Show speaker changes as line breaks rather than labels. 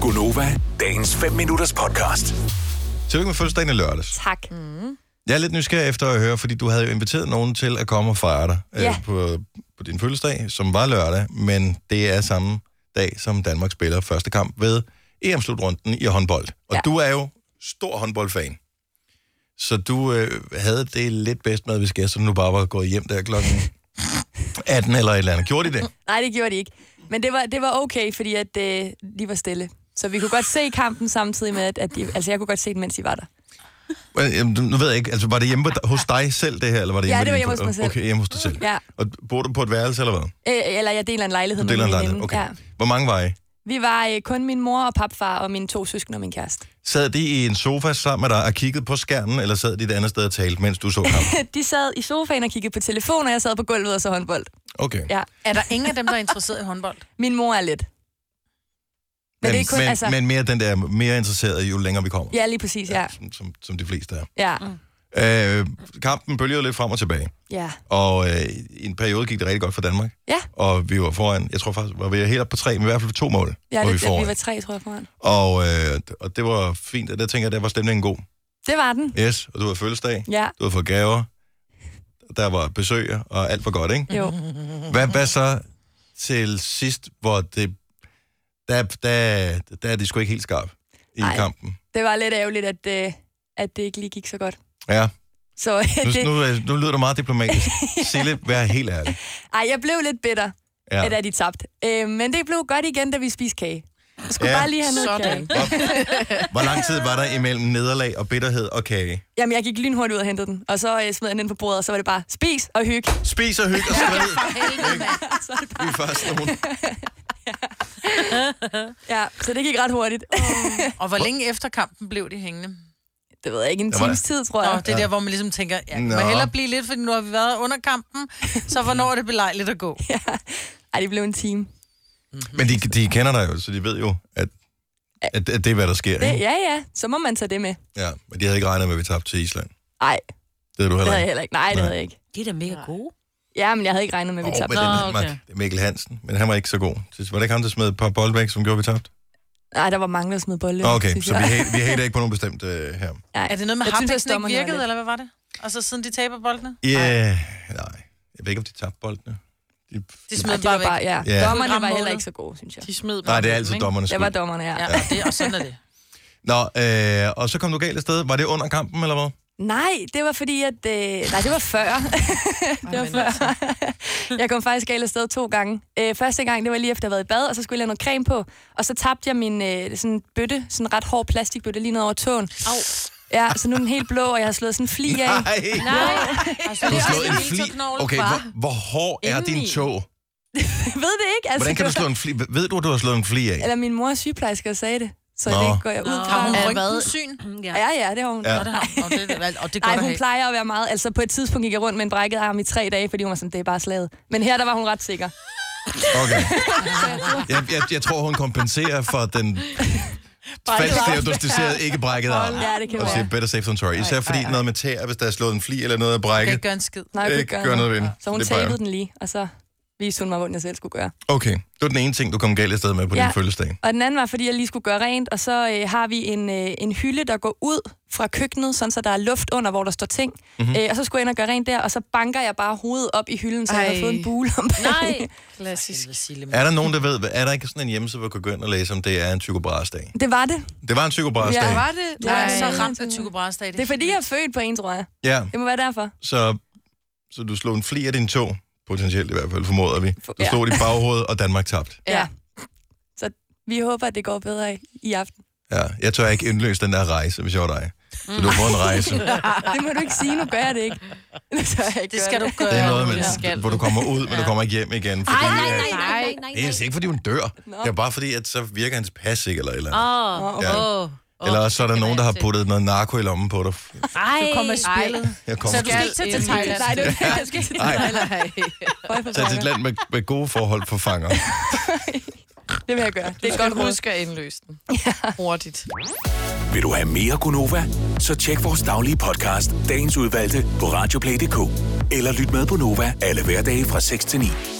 Gunova, dagens 5 minutters podcast.
Tillykke med fødselsdagen i lørdags.
Tak. Mm.
Jeg er lidt nysgerrig efter at høre, fordi du havde jo inviteret nogen til at komme og fejre dig
Ja.
øh, på, på din fødselsdag, som var lørdag, men det er samme dag, som Danmark spiller første kamp ved EM-slutrunden i håndbold. Og
Ja.
du er jo stor håndboldfan. Så du øh, havde det lidt bedst med, hvis gæsterne nu bare var gået hjem der klokken 18 eller et eller andet. Gjorde de det?
Nej, det gjorde de ikke. Men det var, det var okay, fordi at, øh, de var stille. Så vi kunne godt se kampen samtidig med, at- at de, altså jeg kunne godt se den, mens de var der.
Men, Øh, jamen, nu ved jeg ikke, altså var det hjemme hos dig selv det her, eller var det
Ja,
hjemme
det var
ved
hjemme
din-
hos mig selv.
Okay, hjemme hos dig selv.
Ja.
Og bor du på et værelse, eller hvad?
Øh, eller jeg deler en lejlighed
Du deler en
min
lejlighed.
veninde.
Okay.
Ja.
Hvor mange var I?
Vi var øh, kun min mor og papfar og mine to søskende og min kæreste.
Sad de i en sofa sammen med dig og kiggede på skærmen, eller sad de et andet sted og talte, mens du så kampen?
De sad i sofaen og kiggede på telefon, og jeg sad på gulvet og så håndbold.
Okay.
Ja.
Er der ingen af dem, der er interesseret i håndbold?
Min mor er lidt. Men, men det er kun,
men,
men, altså... Men,
men mere den der, mere interesseret, jo længere vi kommer.
ja, lige præcis, ja.
Som, som, som de fleste er.
Ja.
Øh, kampen bølgede lidt frem og tilbage,
Mm. Ja.
og øh, i en periode gik det rigtig godt for Danmark.
Ja.
Og vi var foran, jeg tror faktisk, var vi helt op på tre, men i hvert fald på to mål,
Ja,
var vi
det,
foran.
vi var tre, tror jeg, foran.
Og, øh, og det var fint, og der tænker jeg, der var stemningen god.
Det var den.
Yes, og du havde fødselsdag,
Ja,
du havde fået gaver, der var besøg, og alt var godt, ikke?
jo.
Hvad, hvad så til sidst, hvor det... Der, der, der er de sgu ikke helt skarp i Ej.
Ej.
kampen.
Det var lidt ærgerligt, at, øh, at det ikke lige gik så godt.
Ja,
Så
nu,
det,
nu, øh, nu lyder du meget diplomatisk. Sille, vær helt ærlig.
ej, jeg blev lidt bitter,
Ja.
ja. da de tabte. Øh, men det blev godt igen, da vi spiste kage. Jeg skulle
Ja.
ja. bare lige have noget
Sådan.
kage.
Hvor lang tid var der imellem nederlag og bitterhed og kage?
Jamen, jeg gik lynhurtigt ud og hentede den, og så øh, smed jeg den ind på bordet, og så var det bare spis og hygge.
Spis og hygge og skrid.
Helvede, mand.
Vi er først nogen.
Ja, så det gik ret hurtigt.
Og hvor længe efter kampen blev de hængende?
det ved jeg ikke, en
Der var-
times tid, tror
Nå,
jeg.
det er der, hvor man ligesom tænker, ja, man må
Nå.
hellere blive lidt, for nu har vi været under kampen, så hvornår er det belejligt at gå?
Ej, det blev en time.
Men de, de kender dig jo, så de ved jo, at, at, at det er, hvad der sker.
Det,
Ikke?
ja, ja, så må man tage det med.
Ja, men de havde ikke regnet med, at vi tabte til Island.
Ej,
Det havde du heller
det havde jeg
ikke.
heller ikke. Nej, det
Nej.
havde jeg ikke.
De er da mega gode.
Ja, men jeg havde ikke regnet med, at vi
Åh,
tabte.
men den,
Nå, okay.
Mark- Mikkel Hansen, men han var ikke så god. Var det ikke ham, der smed et par bolde væk, som gjorde, at vi tabte?
Nej, der var mange, der smed bolde.
Okay,
synes
så
jeg.
vi, hate, vi hater ikke på nogen bestemt øh, her.
Nej.
Er det noget med
Jeg synes, at
haptiksen ikke
dommerne var
virkede,
lidt-
eller hvad var det? Og så siden de taber boldene?
Ja, yeah, nej. Jeg ved ikke, om de tabte boldene. De,
De
Nej,
smed
det
bare
var
væk.
bare, ja.
Ja.
Dommerne var
Rammålet.
heller ikke så gode, synes jeg.
De smed
nej, det er altid dommernes
Jeg
skyld.
var dommerne, ja.
Ja, og, det, og sådan er det.
Nå, øh, og så kom du galt afsted. Var det under kampen, eller hvad?
Nej, det var fordi, at... Øh, nej, det var før. det var
men altså.
før. jeg kom faktisk galt afsted to gange. Øh, første gang, det var lige efter, jeg havde været i bad, og så skulle jeg lave noget creme på. Og så tabte jeg min øh, sådan bøtte, sådan en ret hård plastikbøtte, lige ned over tåen.
Au.
Ja, så nu er den helt blå, og jeg har slået sådan en fli af.
Nej,
Nej. Altså,
du
det
har
er
slået en
også en
fli.
miltoknogle
Okay,
fra.
hvor, hvor hård er din
Indeni.
tog?
Jeg ved det ikke. Altså,
Hvordan kan du
det var-
slå en fli? Ved du, at du har slået en fli af?
Eller min mor er sygeplejerske og sagde det. Så
Nå.
det går jeg ud
Har
fra.
hun
Ja,
rygten
hvad?
syn?
Ja.
Ja, ja, det har hun.
Ja.
Ja.
Og det, har, og det, og det går
Mm. Nej,
der
hun
hen.
plejer at være meget... Altså, på et tidspunkt gik jeg rundt med en brækket arm i tre dage, fordi hun var sådan, det er bare slaget. Men her, der var hun ret sikker.
Okay. Jeg, jeg, jeg tror, hun kompenserer for den falsk diagnosticerede ikke brækket arm.
Ja, det kan
Og siger,
være.
better safe than sorry. Især fordi noget med tæer, hvis der er slået en fli eller noget er
Jeg kan
brækket.
ikke gøre en skid.
Nej, jeg kunne ikke gøre
noget ved den.
Så hun
Det plejer
tabede
jeg.
den lige, og så viste hun mig, hvordan jeg selv skulle gøre.
Okay, det var den ene ting, du kom galt afsted med på ja.
Ja.
din fødselsdag.
Og den anden var, fordi jeg lige skulle gøre rent, og så øh, har vi en, øh, en hylde, der går ud fra køkkenet, sådan så der er luft under, hvor der står ting.
Mhm.
Mm-hmm. Øh, og så skulle jeg ind og gøre rent der, og så banker jeg bare hovedet op i hylden, så Ej. jeg har
Ej.
fået en bule om
Nej. Klassisk.
Er der nogen, der ved, hvad- er der ikke sådan en hjemmeside, hvor du kan gå ind og læse, om det er en psykobrasdag?
Det var det.
Det var en psykobrasdag.
Ja,
Var det?
Nej.
Nej, så ramt af Tycho Brahe
Det er fordi, jeg er født på en, tror jeg.
ja
Det må være derfor.
så, så du slog en fli af din tog, potentielt i hvert fald, formoder vi.
For-
Du slog dit baghoved, og Danmark tabte.
Ja. Så vi håber, at det går bedre i, i aften.
Ja, jeg tør ikke indløse den der rejse, hvis jeg var dig. Så du får en rejse.
Mm.
Det må du ikke sige, nu gør jeg det ikke. Nu tør jeg ikke
Det
gøre
skal du gøre.
Det er noget, med,
Ole.
hvor du kommer ud, men du kommer ikke hjem igen. Fordi,
Nej,
at-
nej, nej, nej, nej.
Det er altså ikke, fordi hun dør.
Nå.
Det er bare fordi, at så virker hans pas ikke, eller et eller andet.
Åh,
Nå, okay.
åh. åh.
Eller også så er der
Det
nogen, der har
jeg
puttet noget narko i lommen på dig.
Ej,
Du kommer i spillet.
Jeg
Så
kommer
du skal ikke tage til
Ej.
Thailand.
Nej, det er det, jeg skal til
Nej.
Thailand. Føj for
til et
pokker.
land med, med gode forhold for fanger.
Det vil jeg gøre. Det
Du
er
skal
godt råd.
huske at indløse den. Hurtigt.
Vil du have mere Gunova? Så tjek vores daglige podcast, dagens udvalgte, på radioplay.dk. Eller lyt med på Nova alle hverdage fra 6 til 9.